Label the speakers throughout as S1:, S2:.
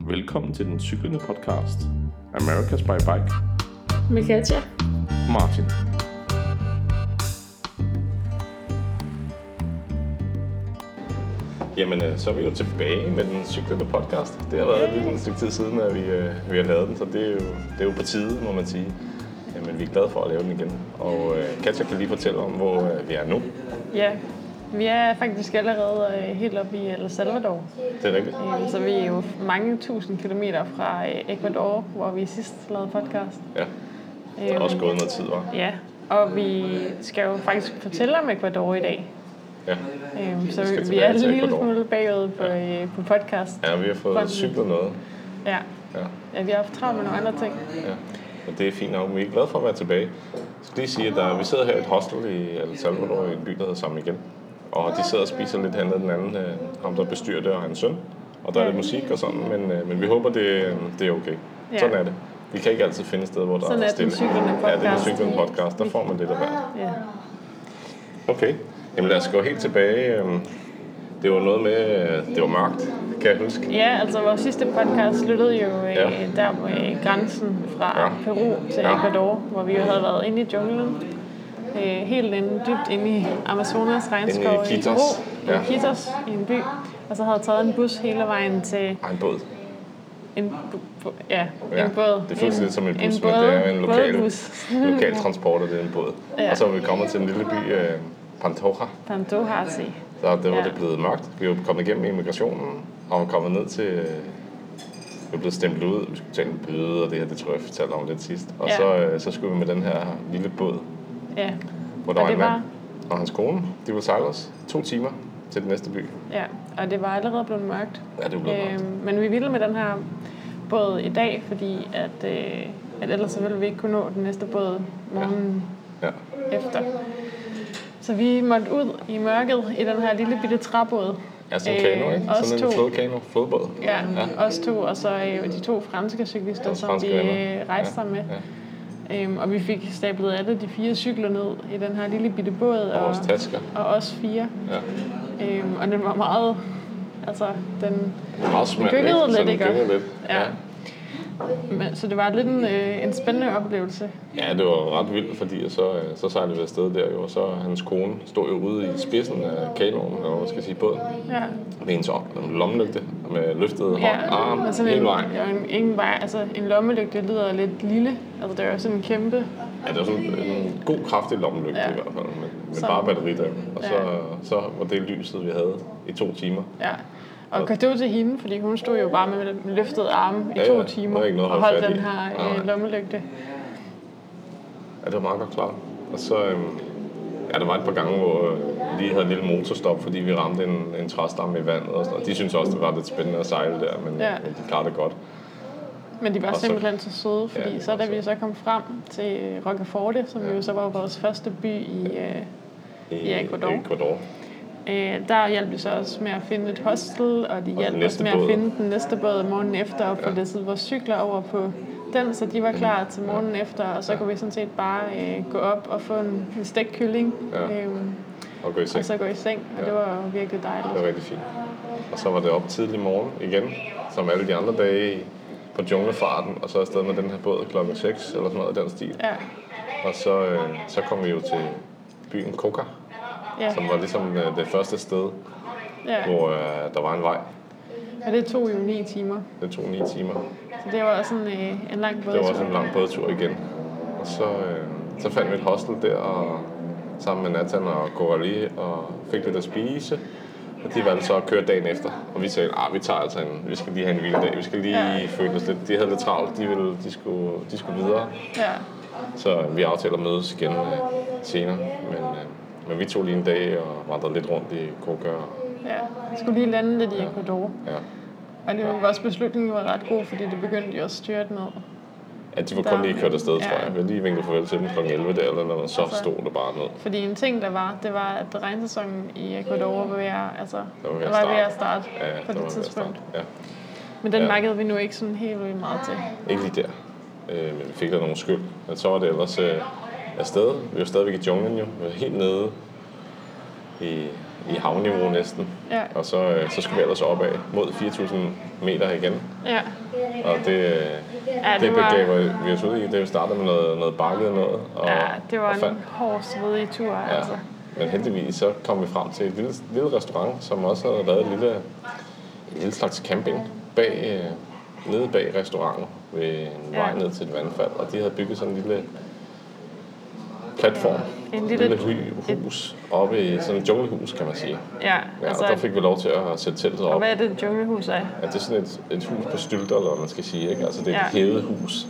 S1: Velkommen til den cyklende podcast. America's by Bike.
S2: Med Katja.
S1: Martin. Jamen, øh, så er vi jo tilbage med den cyklende podcast. Det har været lidt en stykke tid siden, at vi, øh, vi har lavet den, så det er, jo, det er jo på tide, må man sige. Jamen, vi er glade for at lave den igen. Og øh, Katja kan lige fortælle om, hvor øh, vi er nu.
S2: Ja, vi er faktisk allerede øh, helt oppe i El Salvador.
S1: Det er rigtigt.
S2: Øhm, Så vi er jo mange tusind kilometer fra øh, Ecuador, hvor vi sidst lavede podcast.
S1: Ja, der er
S2: Øhm,
S1: også gået noget tid, var.
S2: Ja, og vi skal jo faktisk fortælle om Ecuador i dag.
S1: Ja.
S2: Øhm, Så
S1: skal
S2: vi- vi
S1: tilbage
S2: er en
S1: til
S2: lille
S1: Ecuador.
S2: smule bagud på, øh, på podcast.
S1: ja, vi har fået
S2: Fronten.
S1: cyklet noget.
S2: Ja.
S1: Ja.
S2: ja, vi har haft travlt med nogle andre ting.
S1: Ja, og det er fint nok. Vi er glade for at være tilbage. Jeg skal lige sige, at der, vi sidder her i et hostel i El Salvador, i en by, der hedder Sammen igen. Og de sidder og spiser lidt hernede den anden, øh, ham der bestyrer det, og hans søn. Og der er lidt musik og sådan, men, øh, men vi håber, det, øh, det er okay.
S2: Ja.
S1: Sådan er det. Vi kan ikke altid finde et sted, hvor der
S2: Sådan
S1: er
S2: er den
S1: stille.
S2: cyklende
S1: ja, det er den
S2: podcast.
S1: cyklende podcast. Der får man lidt af hvert.
S2: Ja.
S1: Okay. Jamen lad os gå helt tilbage. øh, Det var noget med, øh, det var mørkt, kan jeg huske.
S2: ja, altså vores sidste podcast sluttede jo øh,
S1: Ja.
S2: der på øh, grænsen fra
S1: Ja.
S2: Peru til
S1: Ja.
S2: Ecuador, hvor vi jo havde været inde i junglen. Øh, helt inde, dybt inde i Amazonas regnskov
S1: Inde i Quitos.
S2: Peru,
S1: Ja.
S2: i Quitos, i en by. Og så havde taget en bus hele vejen til
S1: Ej, en båd.
S2: en, bu- bu- ja,
S1: Ja,
S2: en båd.
S1: det føles lidt som en bus,
S2: en
S1: men
S2: båd,
S1: det er en lokal-
S2: bådbus.
S1: Lokal transport, og det er en båd.
S2: Ja.
S1: Og så er vi kommet til en lille by, øh, Pantoja.
S2: Pantohasi.
S1: Så det var
S2: Ja.
S1: det blevet mørkt. Vi er jo kommet igennem immigrationen og er kommet ned til... øh, Vi er blevet stemt ud. Vi skulle betale en bøde, og det her, det tror jeg, jeg fortalte om lidt sidst. Og
S2: Ja.
S1: så, øh, så skulle vi med den her lille båd,
S2: Ja,
S1: hvor der
S2: Og
S1: var en mand
S2: det var-
S1: og hans kone. De var sejle os to timer til den næste by.
S2: ja, og det var allerede blevet mørkt.
S1: Ja, det var blevet mørkt.
S2: Øhm, men vi ville med den her båd i dag, fordi at, øh, at ellers så ville vi ikke kunne nå den næste båd morgenen
S1: Ja.
S2: ja. efter. Så vi måtte ud i mørket i den her lille bitte træbåd.
S1: Ja, sådan en kano, ikke?
S2: øh, os
S1: Sådan en
S2: to.
S1: flodkano, flodbåd.
S2: Ja, ja, os to, og så øh, de to franske cyklister,
S1: Vores
S2: som
S1: franske
S2: vi
S1: venner.
S2: øh, rejste sammen med. Øhm, og vi fik stablet alle de fire cykler ned i den her lille bitte båd.
S1: Og vores tasker.
S2: og os fire.
S1: Ja.
S2: Øhm, og den var meget... Altså, den,
S1: Meget smalt,
S2: gyngede lidt,
S1: Så den
S2: ikke?
S1: gyngede lidt.
S2: Ja.
S1: ja.
S2: men, så det var lidt en, øh, en spændende oplevelse.
S1: Ja, det var ret vildt, fordi så, øh, så sejlede vi afsted der jo, og så hans kone stod jo ude i spidsen af kanonen, eller hvad man skal sige, båden,
S2: Ja.
S1: med hendes op- lommelygte, og med løftet hånd, arm,
S2: og sådan
S1: hele
S2: en,
S1: vejen.
S2: ja, en, ingen vej, altså, en lommelygte lyder lidt lille. Altså, det er jo sådan en kæmpe...
S1: Ja, det var sådan en god, kraftig lommelygte
S2: Ja.
S1: i hvert fald, med, med
S2: Så-
S1: bare batteridæmmen. Og så,
S2: Ja.
S1: så var det lyset, vi havde i to timer.
S2: Ja. Og kado til hende, fordi hun stod jo bare med med løftede arme i
S1: Ja,
S2: to
S1: ja.
S2: timer
S1: Der er ikke noget at
S2: og
S1: holde
S2: holdt
S1: fat i.
S2: den her
S1: Nej.
S2: øh, lommelygte.
S1: Ja, det var meget godt klart. Og så, øhm, ja, der var et par gange, hvor øh, vi lige havde en lille motorstop, fordi vi ramte en, en træstamme i vandet og sådan noget. De syntes også, det var lidt spændende at sejle der, men,
S2: Ja.
S1: men de klarede det godt.
S2: Men de var
S1: Og så-
S2: simpelthen så søde, fordi
S1: Ja,
S2: så da
S1: og så-
S2: vi så kom frem til øh, Rocaforte, som jo så var vores første by i, øh,
S1: I,
S2: Ja, Ecuador.
S1: Ecuador.
S2: Øh, der hjalp vi så også med at finde et hostel, og de hjalp os
S1: næste
S2: med
S1: båd.
S2: at finde den næste båd morgenen efter, og få læsset vores cykler over på den, så de var
S1: Mm.
S2: klar til morgenen efter, og så kunne vi sådan set bare øh, gå op og få en, en stegt kylling,
S1: Ja.
S2: øhm,
S1: Og gå i seng.
S2: og så gå i seng, og det var jo
S1: Det
S2: virkelig dejligt.
S1: var rigtig fint. Og så var det op tidlig morgen igen, som alle de andre dage på junglefarten, og så afsted med den her båd klokken 6 eller sådan noget af den stil.
S2: Ja,
S1: Og så, øh, så kom vi jo til byen Coca,
S2: ja,
S1: som var ligesom øh, det første sted,
S2: ja.
S1: hvor øh, der var en vej.
S2: Og det tog jo ni timer,
S1: Det tog 9 timer.
S2: så det var også en, øh, en lang
S1: Det var også en
S2: bådtur.
S1: lang bådtur igen. Og så, øh, så fandt vi et hostel der, og sammen med Nathan og Coralie, og fik lidt at spise. Og de valgte så at køre dagen efter. Og vi sagde, at vi tager altså en, vi skal lige have en vild dag. Vi skal lige
S2: Ja.
S1: føle os lidt. De havde lidt travlt, de, ville, de, skulle, de skulle videre.
S2: Ja,
S1: Så øh, vi aftaler at mødes igen øh, senere. Men, øh, men vi tog lige en dag og vandrede lidt rundt i Koga. og-
S2: ja. Jeg skulle lige lande lidt i Ecuador,
S1: Ja.
S2: og det var vores beslutning var ret god, fordi det begyndte jo at styrte ned.
S1: ja, de var kun
S2: Der-
S1: lige kørt afsted,
S2: ja.
S1: tror jeg. Vi havde lige vinket farvel til dem kl. 11 der, eller noget, og så
S2: Altså-
S1: stod det bare ned.
S2: Fordi en ting, der var, det var, at regnsæsonen i Ecuador var ved at, altså,
S1: var ved at
S2: der var ved
S1: starte.
S2: at starte
S1: Ja,
S2: på
S1: der var
S2: det
S1: vi at starte.
S2: tidspunkt.
S1: Ja.
S2: Men den
S1: Ja.
S2: makkede vi nu ikke sådan helt vildt meget til.
S1: Ikke lige der. Øh, men vi fik da nogen skyld. Men så var det ellers øh, afsted. Vi var stadigvæk i junglen jo. Vi var helt nede i i havniveau næsten.
S2: Ja.
S1: Og så, øh, så skulle vi ellers opad mod 4.000 meter igen.
S2: Ja.
S1: Og det, øh,
S2: ja
S1: det begav vi os ud i. Det startede med noget, noget bakket noget. Og,
S2: Ja, det var
S1: og
S2: en hård, svedig tur, ja.
S1: Ja.
S2: altså.
S1: Men heldigvis så kom vi frem til et lille, lille restaurant, som også havde lavet en lille, en lille slags camping bag, øh, nede bag restauranten ved en
S2: Ja.
S1: vej ned til et vandfald. Og de havde bygget sådan en lille platform,
S2: En
S1: et
S2: lille-
S1: lille hy- hus oppe i sådan et junglehus, kan man sige.
S2: Ja,
S1: Ja, og
S2: altså,
S1: der fik vi lov til at sætte teltet op.
S2: hvad er det, et junglehus er?
S1: Ja, det er sådan et, et hus på stylter, eller hvad man skal sige. Ikke? Altså det er et
S2: Ja.
S1: hævet hus,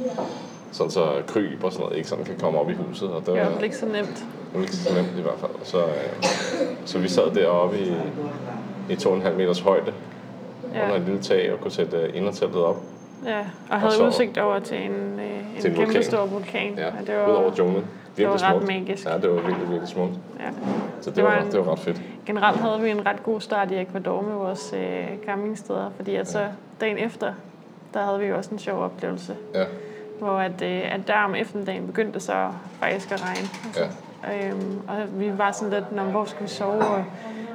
S1: sådan så kryb og sådan noget ikke sådan kan komme op i huset. Og det
S2: Det
S1: var,
S2: var i hvert fald ikke så nemt.
S1: det var ikke så nemt i hvert fald. Så, øh, så vi sad deroppe i, i 2,5 meters højde ja. under et
S2: Ja,
S1: lille tag og kunne sætte øh, inderteltet op
S2: ja. og havde
S1: så-
S2: udsigt over til en, øh, en,
S1: Til en vulkan.
S2: kæmpe stor vulkan.
S1: ja,
S2: og det var,
S1: ud over junglen. Virkelig
S2: ret
S1: smukt.
S2: magisk.
S1: Ja, det var virkelig, virkelig smukt.
S2: ja.
S1: Så det,
S2: Det
S1: det,
S2: var
S1: var,
S2: en-
S1: ret- det var ret fedt.
S2: Generelt havde vi en ret god start i Ecuador med vores øh, campingsteder, fordi altså ja. dagen efter, der havde vi jo også en sjov oplevelse,
S1: Ja,
S2: hvor at, øh, at der om eftermiddagen begyndte det så faktisk at regne.
S1: ja,
S2: Øhm, og vi var sådan lidt, "Nå, hvor skal vi sove? Og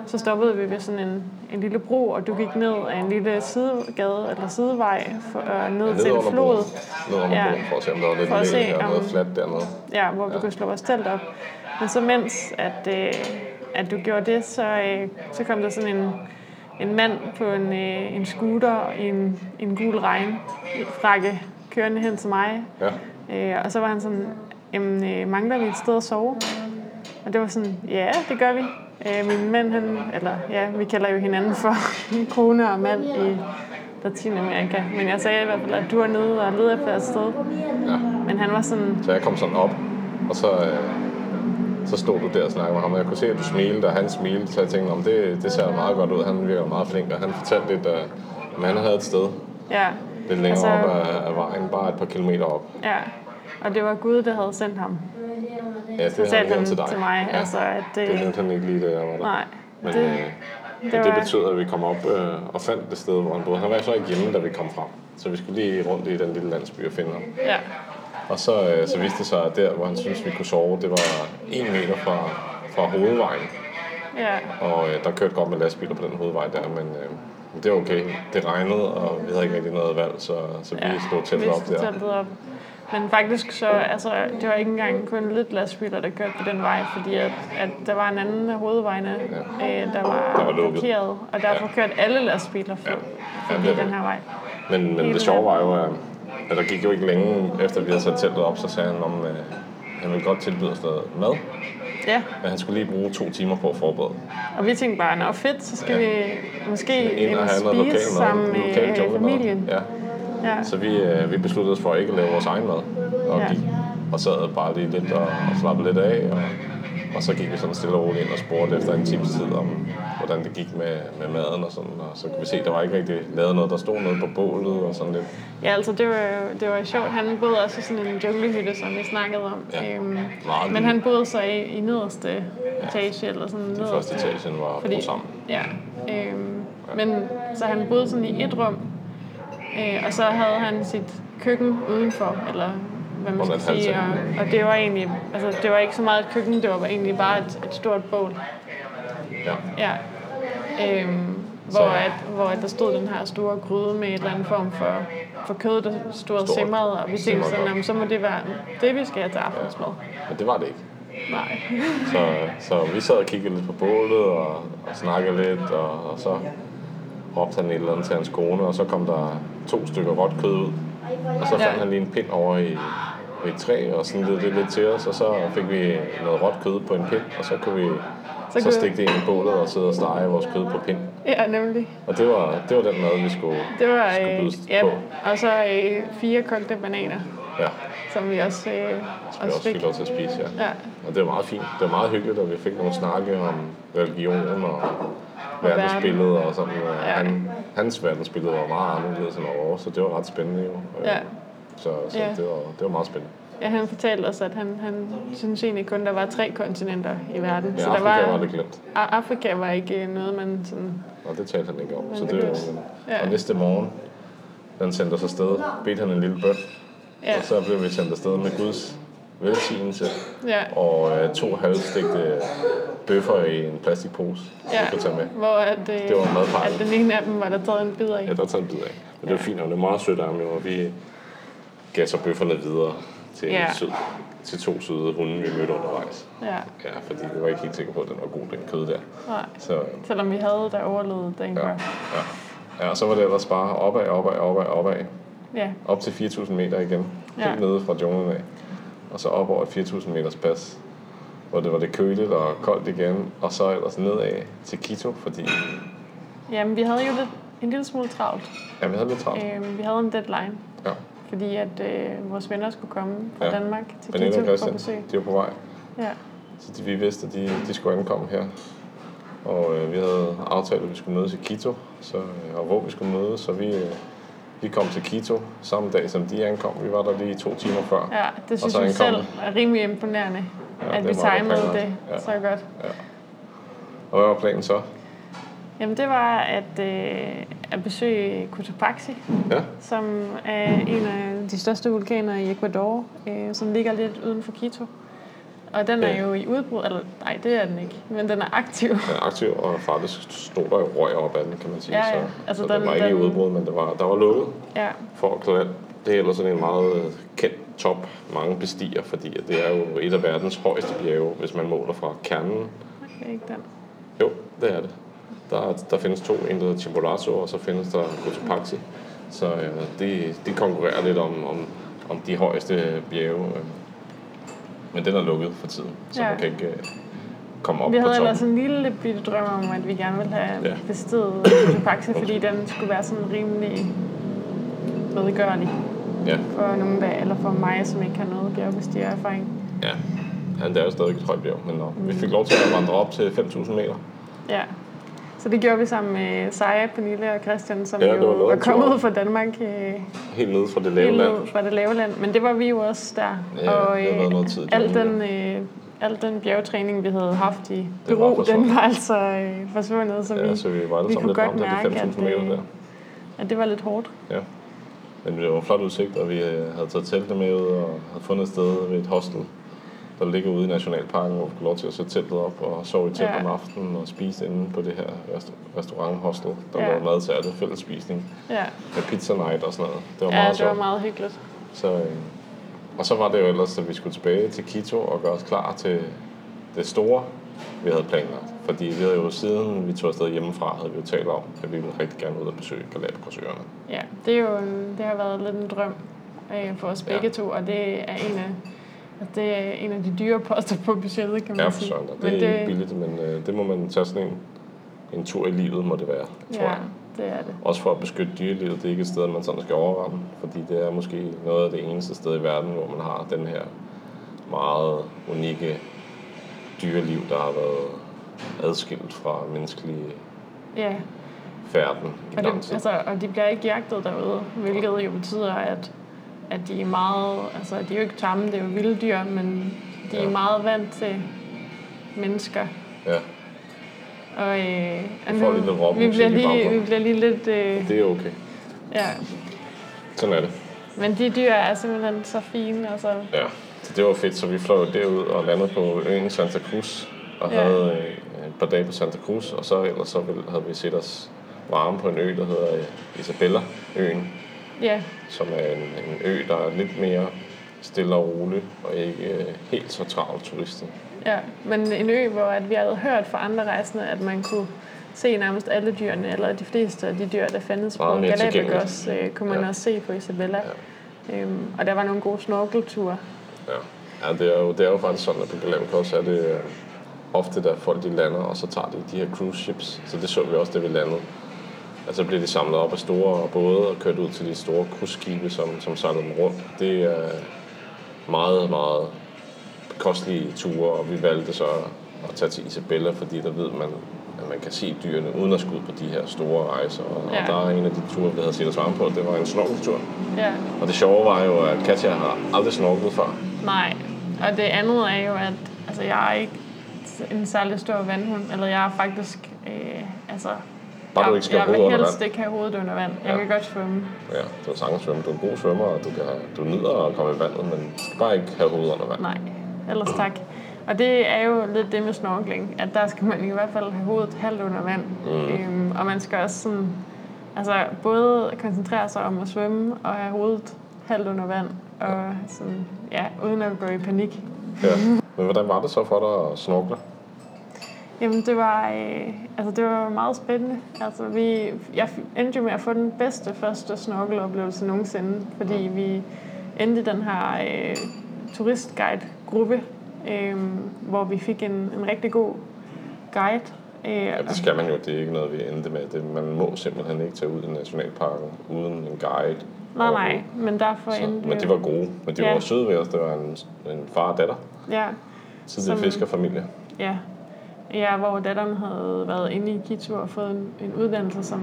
S2: så stoppede vi ved sådan en, en lille bro, og du gik ned af en lille sidegade eller sidevej for, og ned
S1: ja
S2: til en flod,
S1: broen. Ned under
S2: Ja.
S1: ja. broen, for at se, om der var lidt
S2: For at
S1: læ
S2: se,
S1: her,
S2: om-
S1: noget fladt dernede.
S2: ja, hvor vi kunne slå vores telt op. Men så mens at, øh, at du gjorde det, så, øh, så kom der sådan en, en mand på en, øh, en scooter i en, en gul regnfrakke kørende hen til mig.
S1: Ja.
S2: Øh, og så var han sådan, jamen, øh, mangler vi et sted at sove? Og det var sådan, ja, det gør vi. Øh, min mand, han, eller ja, vi kalder jo hinanden for kone og mand i Latinamerika. Men jeg sagde i hvert fald, at du er nede og leder efter et sted.
S1: ja.
S2: Men han var sådan,
S1: Så jeg kom sådan op, og så, øh, så stod du der og snakkede med ham, og jeg kunne se, at du smilede, og han smilede, så jeg tænkte, om det, det ser meget godt ud, han virker meget flink, og han fortalte lidt, øh, om han havde et sted
S2: ja,
S1: lidt længere
S2: Altså-
S1: altså, op af, af vejen, bare et par kilometer op.
S2: ja. Og det var Gud, der havde sendt ham.
S1: Ja, det havde han
S2: Fortalte
S1: nævnt
S2: ham
S1: til dig.
S2: til mig.
S1: Ja,
S2: Altså, at
S1: det
S2: det,
S1: nævnte han ikke lige, da jeg var der.
S2: nej,
S1: Men
S2: det,
S1: det, øh, det,
S2: det
S1: det
S2: var-
S1: betød, at vi kom op øh, og fandt det sted, hvor han boede. Han var så ikke hjemme, da vi kom frem. Så vi skulle lige rundt i den lille landsby og finde ham.
S2: ja,
S1: Og så, øh, så viste det sig, at der, hvor han syntes, vi kunne sove, det var en meter fra, fra hovedvejen.
S2: ja,
S1: Og øh, der kørte godt med lastbiler på den hovedvej der, men øh, det var okay. Det regnede, og vi havde ikke rigtig noget valg, så, så vi
S2: ja.
S1: slog teltet op
S2: Vi slog
S1: der.
S2: teltet op. Men faktisk så, altså, det var ikke engang kun lidt lastbiler, der kørte på den vej, fordi at, at der var en anden af hovedvejene, ja. øh, der var,
S1: Der var lukket.
S2: blokeret, og derfor ja. kørte alle lastbiler for, ja.
S1: det er
S2: den
S1: det.
S2: her vej.
S1: Men, men
S2: Helt
S1: det sjove var
S2: vildt.
S1: jo, øh, at der gik jo ikke længe efter, vi havde sat teltet op, så sagde han, om øh, han ville godt tilbyde os noget mad,
S2: Ja,
S1: men han skulle lige bruge to timer på at forberede.
S2: og vi tænkte bare, nå fedt, så skal ja. vi måske
S1: Ind
S2: ind
S1: og
S2: og
S1: have noget lokal
S2: spise sammen
S1: mad, lokal
S2: med øh,
S1: junglemad.
S2: familien.
S1: Ja.
S2: Ja.
S1: Så vi, øh, vi besluttede os for at ikke lave vores egen mad, og,
S2: Ja.
S1: ja. gik, og sad bare lige lidt og, og slappede lidt af, og, og så gik vi sådan stille og roligt ind og spurgte efter en times tid om, hvordan det gik med, med maden og sådan, og så kunne vi se, at der var ikke rigtig lavet noget, der stod noget på bålet og sådan lidt.
S2: Ja, altså det var, jo- det var jo sjovt. Han boede også i sådan en junglehytte, som vi snakkede om.
S1: Ja.
S2: Øhm,
S1: Meget
S2: men
S1: lille.
S2: han boede så i, i nederste etage, eller sådan
S1: Den
S2: nederste.
S1: første etagen var fordi... brugt sammen.
S2: Ja, øhm, men så han boede sådan i et rum, øh, og så havde han sit køkken udenfor, eller hvad man
S1: Under
S2: skal
S1: et
S2: sige. Og,
S1: halvtag.
S2: og det var egentlig, altså det var ikke så meget et køkken, det var bare- egentlig bare et, et stort bål.
S1: Ja.
S2: Ja. Øhm, hvor,
S1: Så-
S2: at, hvor at der stod den her store gryde med et eller andet form for, for kød, der stod og
S1: Stort.
S2: simrede, og vi tænkte
S1: Simrede
S2: sådan,
S1: godt.
S2: "Nå, men så må det være det, vi skal have til aftensmad.
S1: Men det var det ikke.
S2: Nej.
S1: Så, så vi sad og kiggede lidt på bålet og, og snakkede lidt, og, og så råbte han et eller andet til hans kone, og så kom der to stykker råt kød ud. Og så fandt
S2: Ja.
S1: han lige en pind over i, i et træ, og sådan lidt det lidt til os, og så fik vi noget råt kød på en pind, og så kunne vi
S2: Så
S1: så,
S2: kunne-
S1: så stikke det ind i bålet og sidde og stege vores kød på pind.
S2: Ja, nemlig.
S1: Og det var, det var den mad, vi skulle,
S2: Det var,
S1: skulle
S2: øh,
S1: bydes
S2: ja,
S1: på.
S2: og så øh, fire kogte bananer,
S1: Ja,
S2: som vi også, øh,
S1: som vi
S2: også
S1: også
S2: fik.
S1: fik lov til at spise, ja.
S2: Ja,
S1: Og det var meget fint. Det var meget hyggeligt, og vi fik nogle snakke om religion og verdensbilleder og sådan. Og
S2: Ja.
S1: han, hans verdensbillede var meget anderledes end vores, så det var ret spændende jo. Øh,
S2: ja.
S1: Så, så
S2: Ja.
S1: det, var, det var meget spændende.
S2: ja, han fortalte os, at han, han synes egentlig kun, der var tre kontinenter i verden.
S1: Men
S2: så der
S1: Afrika var,
S2: var,
S1: det glemt,
S2: A- Afrika var ikke øh, noget, man sådan...
S1: og det talte han ikke om. Så
S2: det
S1: det var
S2: gjorde-
S1: ja.
S2: Ja.
S1: Og næste morgen, den sendte os afsted, bedte han en lille bøn,
S2: Ja,
S1: og så blev vi sendt afsted med Guds velsignelse
S2: Ja.
S1: og øh, to halvstegte bøffer i en plastikpose, ja. du kan tage med.
S2: Hvor at, øh,
S1: Det var madpakken.
S2: at den ene af dem var der taget en bid af.
S1: Ja, der tager en bid af. Men det var fint, og det var meget sødt af ham, jo, og vi gav så bøfferne videre til,
S2: Ja.
S1: en sød, til to søde hunde, vi mødte undervejs.
S2: Ja,
S1: Ja, fordi jeg var ikke helt sikker på, at den var god, den kød der.
S2: nej.
S1: Så,
S2: Selvom vi havde, der overlevede dagen
S1: ja,
S2: før.
S1: ja. ja, og så var det ellers bare opad, opad, opad, opad.
S2: Ja,
S1: Op til 4.000 meter igen.
S2: Ja.
S1: Helt nede fra junglen af. Og så op over et 4.000 meters pas. Hvor det var det køligt og koldt igen. Og så ellers nedad til Quito, fordi
S2: Jamen, vi havde jo lidt, en lille smule travlt.
S1: ja, vi havde lidt travlt.
S2: Øh, vi havde en deadline,
S1: Ja.
S2: fordi at øh, vores venner skulle komme fra
S1: Ja.
S2: ja. Danmark til
S1: Pernille og
S2: Quito for
S1: Christian,
S2: besøg.
S1: de var på vej.
S2: Ja.
S1: Så de, vi vidste, at de, de skulle ankomme her. Og øh, vi havde aftalt, at vi skulle mødes i Quito, så, øh, og hvor vi skulle mødes. Så vi, øh, vi kom til Quito samme dag, som de ankom. Vi var der lige to timer før.
S2: ja, det synes
S1: så
S2: jeg selv
S1: ankom
S2: er rimelig imponerende,
S1: Ja,
S2: ja, at
S1: det
S2: vi
S1: er meget godt
S2: timede det
S1: planlagt. Ja.
S2: så godt.
S1: Og hvad var planen så?
S2: Jamen, det var at, øh, at besøge Cotopaxi,
S1: Ja,
S2: som er en af de største vulkaner i Ecuador, øh, som ligger lidt uden for Quito. Og den
S1: Ja.
S2: er jo i udbrud, eller nej, det er den ikke, men den er aktiv.
S1: den er aktiv, og faktisk stod der jo røg op ad den, kan man sige.
S2: Ja, ja.
S1: Så,
S2: Altså,
S1: så den,
S2: den-
S1: var ikke i
S2: den-
S1: udbrud, men det var, der var lukket
S2: Ja,
S1: for at klare alt. Det er ellers sådan en meget øh, kendt top, mange bestiger, fordi at det er jo et af verdens højeste bjerge, hvis man måler fra kernen
S2: det er ikke den.
S1: Jo, det er det. Der, der findes to, en der hedder Chimborazo, og så findes der Cotopaxi. Så øh, de, de konkurrerer lidt om, om, om de højeste bjerge. Øh. Men den er lukket for tiden, så
S2: Ja.
S1: man kan ikke øh, komme op
S2: Vi
S1: på
S2: havde
S1: toppen.
S2: ellers en lille bitte drøm om, at vi gerne ville have
S1: Ja.
S2: ja. bestedet Cotopaxi, fordi den skulle være sådan rimelig medgørlig
S1: Ja,
S2: for nogen der, eller for mig, som ikke har noget bjergbestigererfaring.
S1: ja. ja, det er jo stadig et højt bjerg, men nå. vi fik lov til at vandre op til 5.000 meter.
S2: Ja. Så det gjorde vi sammen med Seja, Pernille og Christian, som
S1: Ja,
S2: ja,
S1: det var
S2: jo
S1: noget af
S2: var
S1: en tur.
S2: kommet fra Danmark øh,
S1: Helt nede fra det lave
S2: helt
S1: land.
S2: ned fra det lave land. Men det var vi jo også der. øh,
S1: Ja, det har været noget tid i
S2: al, den,
S1: junglen,
S2: øh, al den bjergetræning, vi havde haft i
S1: var
S2: Peru,
S1: forsvundet.
S2: den var altså øh, forsvundet, så,
S1: Ja,
S2: vi,
S1: så vi var alle
S2: vi
S1: sammen
S2: kunne
S1: lidt
S2: godt
S1: ramt af de
S2: mærke,
S1: 5.000
S2: at, øh,
S1: meter der.
S2: at det var lidt hårdt.
S1: Ja. Men det var en flot udsigt, og vi øh, havde taget teltet med ud og havde fundet et sted ved et hostel, der ligger ude i Nationalparken, hvor vi fik lov til at sætte teltet op og sove i telt
S2: Ja.
S1: om aftenen og spise inde på det her rest- restaurant hostel, der
S2: Ja.
S1: var mad til alle fællesspisning
S2: Ja,
S1: med pizza night og sådan noget. Det var
S2: ja
S1: meget
S2: det var
S1: sjovt.
S2: meget hyggeligt.
S1: Så, øh, og så var det jo ellers, at vi skulle tilbage til Quito og gøre os klar til det store, vi havde planlagt. Fordi vi havde jo siden vi tog afsted hjemmefra, havde vi jo talt om, at vi ville rigtig gerne ud og besøge Galapagosøerne.
S2: Ja, det, er jo, en- det har været lidt en drøm øh, for os
S1: Ja.
S2: begge to, og det er en af, altså, det er en af de dyre poster på budgettet, kan man
S1: Ja, for
S2: sige.
S1: søren da. Det
S2: Men
S1: er ikke billigt, men øh, det må man tage sådan en, en tur i livet, må det være, tror
S2: Ja,
S1: jeg.
S2: det er det.
S1: Også for at beskytte dyrelivet, det er ikke et sted, man sådan skal overramme, fordi det er måske noget af det eneste sted i verden, hvor man har den her meget unikke dyreliv, der har været adskilt fra menneskelig
S2: Ja,
S1: færden i
S2: og,
S1: lang
S2: det,
S1: tid.
S2: altså, og de bliver ikke jagtet derude, hvilket jo betyder, at, at de er meget, altså de er jo ikke tamme, det er jo vilde dyr, men de
S1: Ja.
S2: er meget vant til mennesker.
S1: Ja,
S2: Og, øh, og
S1: får lidt lidt rockmusik
S2: vi, bliver
S1: i
S2: lige,
S1: baggrunden.
S2: vi bliver lige lidt, øh,
S1: det er okay.
S2: ja.
S1: Sådan er det.
S2: Men de dyr er simpelthen så fine, altså
S1: Ja, så det var fedt, så vi fløj derud og landede på øen Santa Cruz og
S2: Ja.
S1: havde øh, et par dage på Santa Cruz, og så ellers så ville- havde vi set os varme på en ø, der hedder øh, Isabella-øen,
S2: ja,
S1: som er en, en ø, der er lidt mere stille og rolig og ikke øh, helt så travlt turistet.
S2: Ja, men en ø, hvor at vi havde hørt fra andre rejsende, at man kunne se nærmest alle dyrene, eller de fleste af de dyr, der fandtes på
S1: Meget mere
S2: Galapagos, øh, kunne man
S1: Ja.
S2: også se på Isabella. Ja. Øhm, og der var nogle gode snorkelture.
S1: Ja, ja det, er jo, det er jo faktisk sådan, at på Galapagos er det øh, ofte, der folk de lander, og så tager de de her cruise ships. Så det så vi også, da vi landede. Altså så bliver de samlet op af store både og kørt ud til de store cruiseskibe, som, som sejler dem rundt. Det er meget, meget kostelige ture, og vi valgte så at tage til Isabella, fordi der ved man, at man kan se dyrene uden at skulle ud på de her store rejser. Og, ja.
S2: Ja.
S1: og der er en af de ture, vi havde set os varme på, det var en snorkeltur.
S2: Ja,
S1: Og det sjove var jo, at Katja har aldrig snorklet før.
S2: nej. Og det andet er jo, at altså, jeg er ikke en særlig stor vandhund, eller jeg er faktisk øh, altså,
S1: Bare du ikke skal
S2: jeg,
S1: have hovedet
S2: jeg vil
S1: under
S2: helst
S1: vand.
S2: ikke have hovedet under vand. Jeg
S1: Ja.
S2: kan godt svømme.
S1: Ja, du er sagtens svømme. Du er en god svømmer, og du, kan, du nyder at komme i vandet, men du skal bare ikke have hovedet under vand.
S2: Nej, ellers tak. Og det er jo lidt det med snorkling, at der skal man i hvert fald have hovedet halvt under vand. Mm. Øhm, og man skal også sådan, altså både koncentrere sig om at svømme og have hovedet halvt under vand. Og sådan, ja, uden at gå i panik.
S1: Ja. Men hvordan var det så for dig at snorkle?
S2: Jamen det var, øh, altså, det var meget spændende. Altså, vi, jeg f- endte jo med at få den bedste første snorkeloplevelse nogensinde, fordi vi endte i den her øh, turistguide-gruppe, øh, hvor vi fik en, en rigtig god guide. Øh,
S1: Ja, det skal man jo. Det er ikke noget, vi endte med. Det, man må simpelthen ikke tage ud i nationalparken uden en guide.
S2: nej, nej,
S1: overhovedet.
S2: men derfor
S1: Så,
S2: endte
S1: men
S2: vi-
S1: de var gode. Men de
S2: Ja.
S1: var søde ved os. Det var en, en far og datter.
S2: Ja,
S1: Tidligere
S2: Som-
S1: fiskerfamilie.
S2: ja. Ja, hvor datteren havde været inde i Quito og fået en, en uddannelse som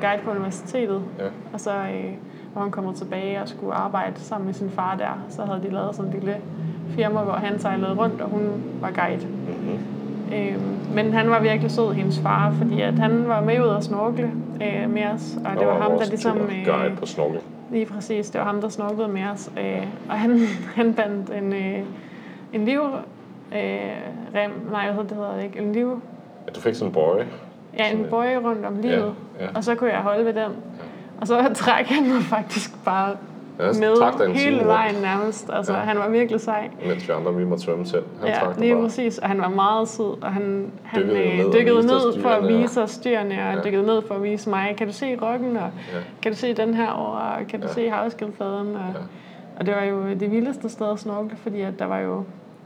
S2: guide på universitetet.
S1: Ja.
S2: Og så øh, var hun kommet tilbage og skulle arbejde sammen med sin far der. Så havde de lavet sådan et lille firma, hvor han sejlede rundt, og hun var guide.
S1: Mm-hmm.
S2: Øh, men han var virkelig sød, hendes far, fordi at han var med ud og snorkle øh, med os. Og det var, ham, der ligesom...
S1: guide på snorkel.
S2: Lige præcis, det var ham, der snorklede med os, øh, og han, han bandt en, øh, en liv... Øh, rem, nej, hvad hedder det, hedder det ikke? En liv...
S1: Ja, du fik sådan en bøje.
S2: Ja,
S1: Sådan
S2: en
S1: en-
S2: bøje rundt om livet,
S1: ja.
S2: og så kunne jeg holde ved den. Og så trak han mig faktisk bare
S1: Ja, så trak dig
S2: med
S1: en
S2: hele
S1: time
S2: vejen nærmest. Altså,
S1: Ja.
S2: han var virkelig sej.
S1: rundt, mens vi andre vi måtte svømme selv. Han
S2: Ja,
S1: trak dig
S2: lige
S1: bare.
S2: præcis. Og han var meget sød, og han, han
S1: Dykkede
S2: øh,
S1: ned og
S2: dykkede
S1: viste os
S2: ned for at
S1: dyrene, og-
S2: vise os dyrene, og
S1: Ja.
S2: dykkede ned for at vise mig, kan du se rokken, og
S1: Ja.
S2: kan du se den her over, og kan du
S1: Ja.
S2: se havskildpadden? Og,
S1: Ja.
S2: og det var jo det vildeste sted at snorkle, fordi at der var jo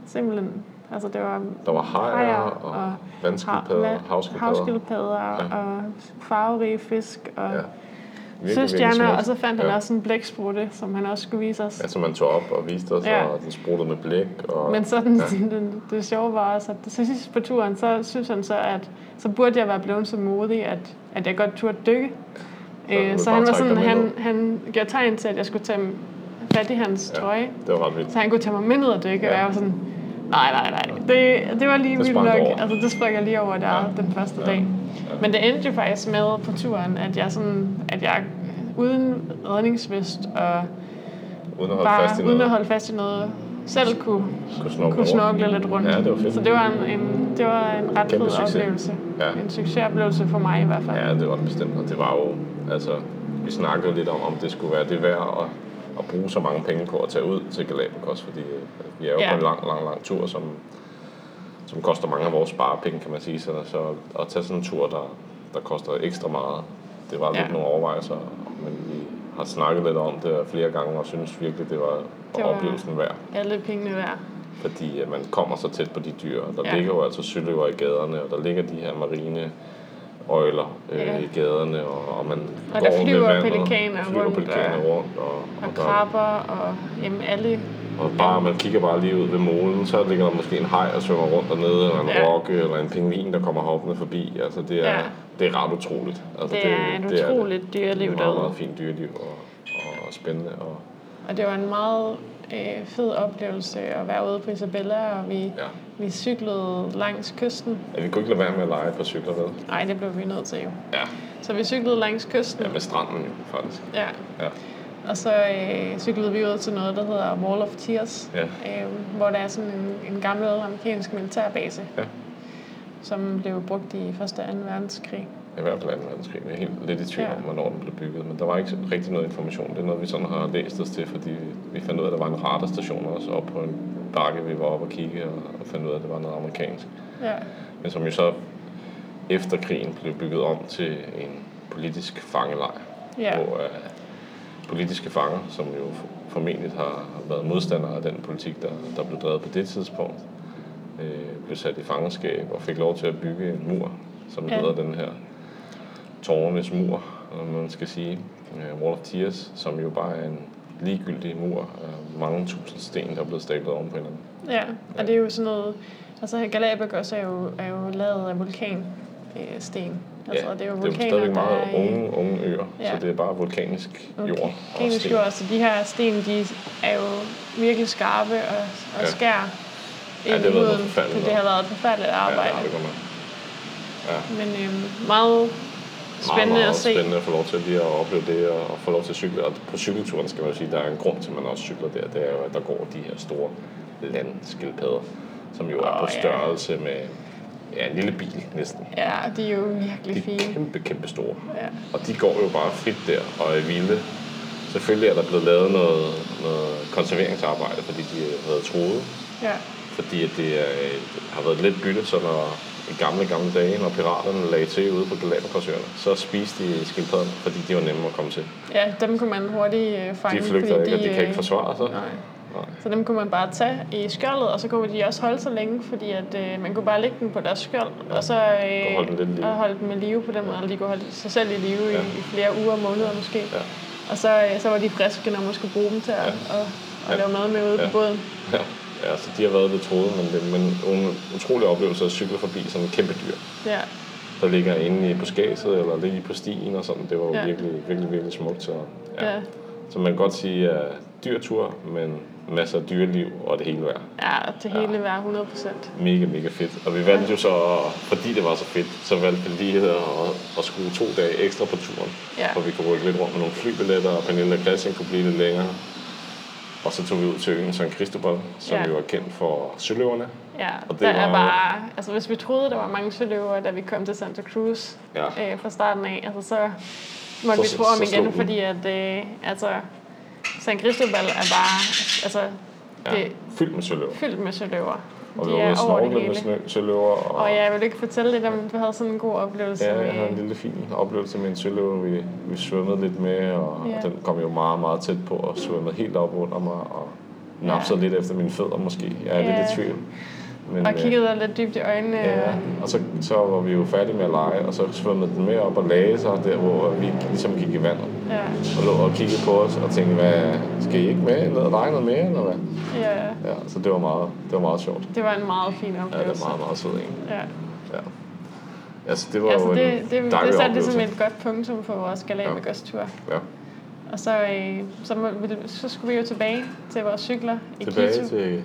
S2: simpelthen... Altså, det var
S1: Der var hajer
S2: Hajer
S1: og,
S2: og
S1: og vandskildpadder og havskildpadder.
S2: havskildpadder
S1: Ja.
S2: og farverige fisk og
S1: Ja.
S2: ja.
S1: Virkelig, virkelig
S2: søstjerner,
S1: smukt.
S2: og så fandt han
S1: Ja.
S2: også en blæksprutte, som han også skulle vise os.
S1: Altså man tog op og viste os,
S2: Ja.
S1: og den spruttede med blik. Og,
S2: Men så den, den, det sjove var også, at til sidst på turen, så synes han så, at så burde jeg være blevet så modig, at, at jeg godt turde dykke. Øh,
S1: han ville
S2: Så, så
S1: bare
S2: han var
S1: trække
S2: sådan,
S1: dig med
S2: han, han gjorde tegn til, at jeg skulle tage fat i hans
S1: Ja.
S2: ja. trøje,
S1: det var ret vildt.
S2: så han kunne tage mig med ned og dykke,
S1: Ja.
S2: ja. og jeg var sådan, nej, nej, nej, det, det var lige
S1: Det
S2: vildt
S1: sprang
S2: nok.
S1: du over.
S2: Altså, det sprang jeg lige over der
S1: Ja.
S2: ja. den første
S1: Ja.
S2: ja. dag.
S1: Ja.
S2: Men det endte jo faktisk med på turen, at jeg, sådan, at jeg uden redningsvest og
S1: Uden at holde fast i
S2: bare
S1: noget.
S2: uden at holde fast i noget, selv kunne
S1: Kunne snorkle
S2: kunne
S1: rundt.
S2: snorkle lidt rundt.
S1: Ja, det var fedt.
S2: Så det var en, en, det var en ret
S1: Kæmpe
S2: fed
S1: succes.
S2: oplevelse.
S1: Ja.
S2: En succesoplevelse for mig i hvert fald.
S1: Ja, det var det bestemt. Og det var jo, altså, vi snakkede lidt om, om det skulle være det værd at, at bruge så mange penge på at tage ud til Galapagos, fordi øh, vi er jo ja.
S2: Ja.
S1: på en lang, lang, lang tur, som, som koster mange af vores sparepenge, kan man sige. Så, så at tage sådan en tur, der, der koster ekstra meget, det var ja.
S2: Ja.
S1: lidt nogle overvejelser, men vi har snakket lidt om det flere gange, og synes virkelig, det var, det
S2: Det
S1: var
S2: var-
S1: oplevelsen værd.
S2: Alle pengene værd.
S1: fordi at man kommer så tæt på de dyr. og Der ja.
S2: Ja.
S1: ligger jo altså søløver i gaderne, og der ligger de her marine øjler øh,
S2: Ja.
S1: i gaderne, og, og man
S2: Og
S1: går
S2: der flyver
S1: med vandet,
S2: pelikaner
S1: flyver
S2: rundt,
S1: pelikaner
S2: og-
S1: rundt, og,
S2: Og
S1: der-
S2: krabber og jamen, alle.
S1: og bare, man kigger bare lige ud ved målen, så ligger der måske en haj og svømmer rundt dernede, eller en
S2: Ja.
S1: rokke, eller en pingvin, der kommer hoppende forbi. Altså, det er,
S2: Ja.
S1: det er ret utroligt. Altså,
S2: Det er et
S1: det.
S2: utroligt dyreliv
S1: Det er meget,
S2: derude.
S1: meget fint dyreliv, og, og spændende, og
S2: Og det var en meget øh, fed oplevelse at være ude på Isabella, og vi,
S1: Ja.
S2: vi cyklede langs kysten.
S1: ja, vi kunne ikke lade være med at lege på cykler, vel?
S2: Nej, det blev vi nødt til jo.
S1: Ja.
S2: Så vi cyklede langs kysten.
S1: ja, med stranden jo, faktisk.
S2: Ja.
S1: Ja.
S2: Og så øh, cyklede vi ud til noget, der hedder Wall of Tears,
S1: Ja.
S2: øh, hvor der er sådan en, en gammel amerikansk militærbase,
S1: Ja.
S2: som blev brugt i 1. og 2. verdenskrig.
S1: I hvert fald 2. verdenskrig. Jeg er helt lidt i tvivl
S2: Ja.
S1: om, hvornår den blev bygget, men der var ikke så- rigtig noget information. Det er noget, vi sådan har læst os til, fordi vi fandt ud af, at der var en radarstation også oppe på en bakke, vi var oppe og kigge, og og fandt ud af, at det var noget amerikansk.
S2: Ja.
S1: Men som jo så efter krigen blev bygget om til en politisk fangelejr,
S2: Ja.
S1: hvor uh, politiske fanger, som jo f- formentlig har har været modstandere af den politik, der, der blev drevet på det tidspunkt, øh, blev sat i fangenskab og fik lov til at bygge en mur, som
S2: Ja.
S1: hedder den her tårernes mur, om man skal sige, øh, Wall of Tears, som jo bare er en ligegyldig mur af mange tusind sten, der er blevet stablet oven på hinanden.
S2: ja, og det er jo sådan noget... Altså Galapagos er jo, er jo lavet af vulkansten. Altså, det er jo
S1: det er jo
S2: vulkaner,
S1: stadigvæk meget
S2: der er i-
S1: unge, unge øer, ja.
S2: Ja.
S1: så det er bare vulkanisk jord. og
S2: Kemisk
S1: sten.
S2: jord, så Altså, de her sten, de er jo virkelig skarpe og, og
S1: Ja.
S2: ja. skærer
S1: Ja,
S2: ind
S1: det har
S2: i
S1: været noget
S2: huden,
S1: forfærdeligt
S2: så det har været et forfærdeligt
S1: Ja, det
S2: arbejde.
S1: har det godt nok.
S2: Men øhm, meget
S1: meget,
S2: spændende
S1: meget
S2: at se.
S1: spændende at få lov til lige at opleve det og, og få lov til at cykle. Og på cykelturen skal man jo sige, der er en grund til, at man også cykler der. Det er jo, at der går de her store landskildpadder, som jo er
S2: Åh,
S1: på
S2: ja.
S1: størrelse med ja, en lille bil næsten.
S2: Ja, de er jo virkelig
S1: De er
S2: fine.
S1: kæmpe, kæmpe store.
S2: Ja.
S1: Og de går jo bare frit der og er vilde. Selvfølgelig er der blevet lavet noget, noget konserveringsarbejde, fordi de har været troet.
S2: ja.
S1: Fordi at det er, et- har været lidt bytte, så når i gamle, gamle dage, når piraterne lagde til ude på Galapagosøerne, så spiste de skildpadderne, fordi de var nemme at komme til.
S2: Ja, dem kunne man hurtigt øh, fange.
S1: De flygter
S2: fordi
S1: ikke, og de kan
S2: øh,
S1: ikke forsvare sig.
S2: Nej.
S1: Nej.
S2: Så dem kunne man bare tage i skjoldet, og så kunne de også holde sig længe, fordi at, øh, man kunne bare lægge dem på deres skjold, og så øh,
S1: Og holde dem lidt i live.
S2: og holde dem i live på den måde, eller de kunne holde sig selv i live ja.
S1: Ja.
S2: i, i flere uger og måneder måske.
S1: Ja.
S2: Og så, øh, så var de friske, når man skulle bruge dem til at, ja. og, og
S1: Ja.
S2: lave mad med ude ja.
S1: Ja.
S2: på båden.
S1: Ja. ja, så de har været lidt troede, men det men en utrolig oplevelse at cykle forbi sådan en kæmpe dyr,
S2: Ja.
S1: der ligger inde i på skæset eller lige på stien og sådan. Det var jo
S2: Ja.
S1: ja. virkelig, virkelig, virkelig smukt. Så,
S2: Ja.
S1: så man kan godt sige, at dyr tur, men masser af dyreliv og det hele værd.
S2: ja, det hele var 100 procent.
S1: mega, mega fedt. Og vi valgte jo så, fordi det var så fedt, så valgte vi lige at, at skrue to dage ekstra på turen.
S2: Ja.
S1: For vi kunne rykke lidt rundt med nogle flybilletter, og Pernille og Christian kunne blive lidt længere. Og så tog vi ud til øen San Cristobal, som
S2: Ja.
S1: jo er kendt for søløverne.
S2: Ja,
S1: Og det
S2: der er
S1: var-
S2: bare, altså hvis vi troede, der var mange søløver, da vi kom til Santa Cruz
S1: Ja.
S2: øh, fra starten af, altså så måtte
S1: Så-
S2: vi tro
S1: så
S2: om
S1: slog
S2: igen,
S1: den.
S2: fordi at, øh, altså, San Cristobal er bare, altså, det
S1: Ja,
S2: er
S1: fyldt med søløver.
S2: fyldt med søløver.
S1: Og vi
S2: De
S1: var ude
S2: er
S1: og
S2: over det
S1: snorkle med
S2: hele.
S1: snø- søløver. Og,
S2: Og jeg vil ikke fortælle lidt om, at du havde sådan en god oplevelse.
S1: Ja,
S2: med-
S1: jeg havde en lille fin oplevelse med en søløver, vi, vi svømmede lidt med, og,
S2: Ja.
S1: og den kom jo meget, meget tæt på og svømmede helt op under mig, og napsede lidt efter mine fødder måske. Jeg er
S2: Ja.
S1: lidt i tvivl. Men,
S2: og
S1: øh,
S2: kiggede øh, dig lidt dybt i øjnene.
S1: Ja,
S2: og-
S1: og så, så var vi jo færdige med at lege, og så svømmede den med op og lagde sig der, hvor vi ligesom gik i vandet.
S2: Ja,
S1: Og lå og kiggede på os og tænkte, hvad, skal I ikke med ned og lege noget mere, eller hvad?
S2: ja,
S1: Ja, så det var meget, det var meget sjovt.
S2: det var en meget fin
S1: Ja, det var
S2: oplevelse.
S1: meget, meget sød en.
S2: Ja.
S1: Ja. Altså, det var
S2: Altså,
S1: jo en
S2: det, det, det
S1: dejlig
S2: satte
S1: oplevelse.
S2: ligesom et godt punktum for vores Galapagos tur.
S1: Ja,
S2: Og så, øh, så, må, vi- så skulle vi jo tilbage til vores cykler i
S1: tilbage
S2: Quito.
S1: til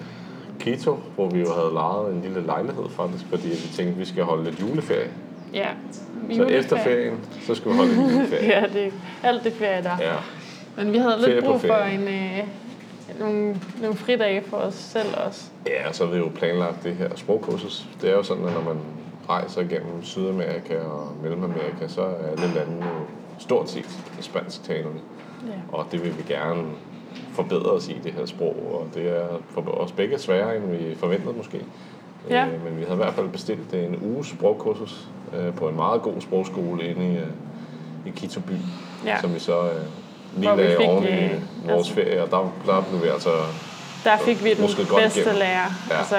S1: Quito, hvor vi jo havde lejet en lille lejlighed faktisk, fordi vi tænkte, vi skal holde lidt juleferie.
S2: Ja,
S1: Så
S2: juleferie.
S1: efter ferien, så skal vi holde en juleferie.
S2: Ja, det, alt det ferie der. Ja.
S1: Ja,
S2: Men vi havde
S1: Ferie
S2: lidt
S1: på
S2: brug for
S1: ferie.
S2: en, øh, nogle, nogle fridage for os selv også.
S1: Ja, så har vi jo planlagt det her sprogkursus. Det er jo sådan, at når man rejser gennem Sydamerika og Mellemamerika, så er alle lande jo stort set spansktalende.
S2: Ja.
S1: Og det vil vi gerne forbedre os i, det her sprog. Og det er for os begge sværere, end vi forventede måske.
S2: Ja.
S1: Øh, Men vi havde i hvert fald bestilt øh, en uges sprogkursus øh, på en meget god sprogskole inde i, øh, i Quito by,
S2: Ja.
S1: som vi så øh,
S2: Hvor
S1: lige
S2: vi
S1: lagde
S2: fik,
S1: oven i
S2: øh,
S1: vores
S2: altså-
S1: ferie. Og der, der blev vi altså
S2: Der fik vi den
S1: Måske godt
S2: bedste
S1: igennem.
S2: lærer.
S1: Ja.
S2: Altså,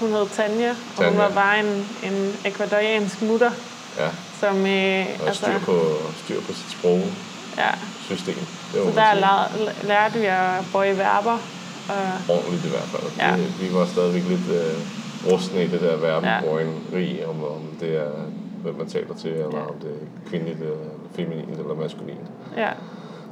S2: hun hed Tanja, og hun
S1: Tanja.
S2: var bare en, en ekvadoriansk mutter,
S1: ja,
S2: som... Øh,
S1: Og styr på, styr på sit sprogsystem.
S2: ja.
S1: Det var
S2: Så der lærte, lærte vi at bøje verber, og
S1: ordentligt i hvert fald.
S2: Ja.
S1: Ja. Vi, vi var stadigvæk lidt øh, rustne i det der
S2: Ja.
S1: verdenbrøgneri, ja. om, om det er, hvad man taler til, eller ja. om det er kvindeligt, eller feminint eller maskulint.
S2: ja,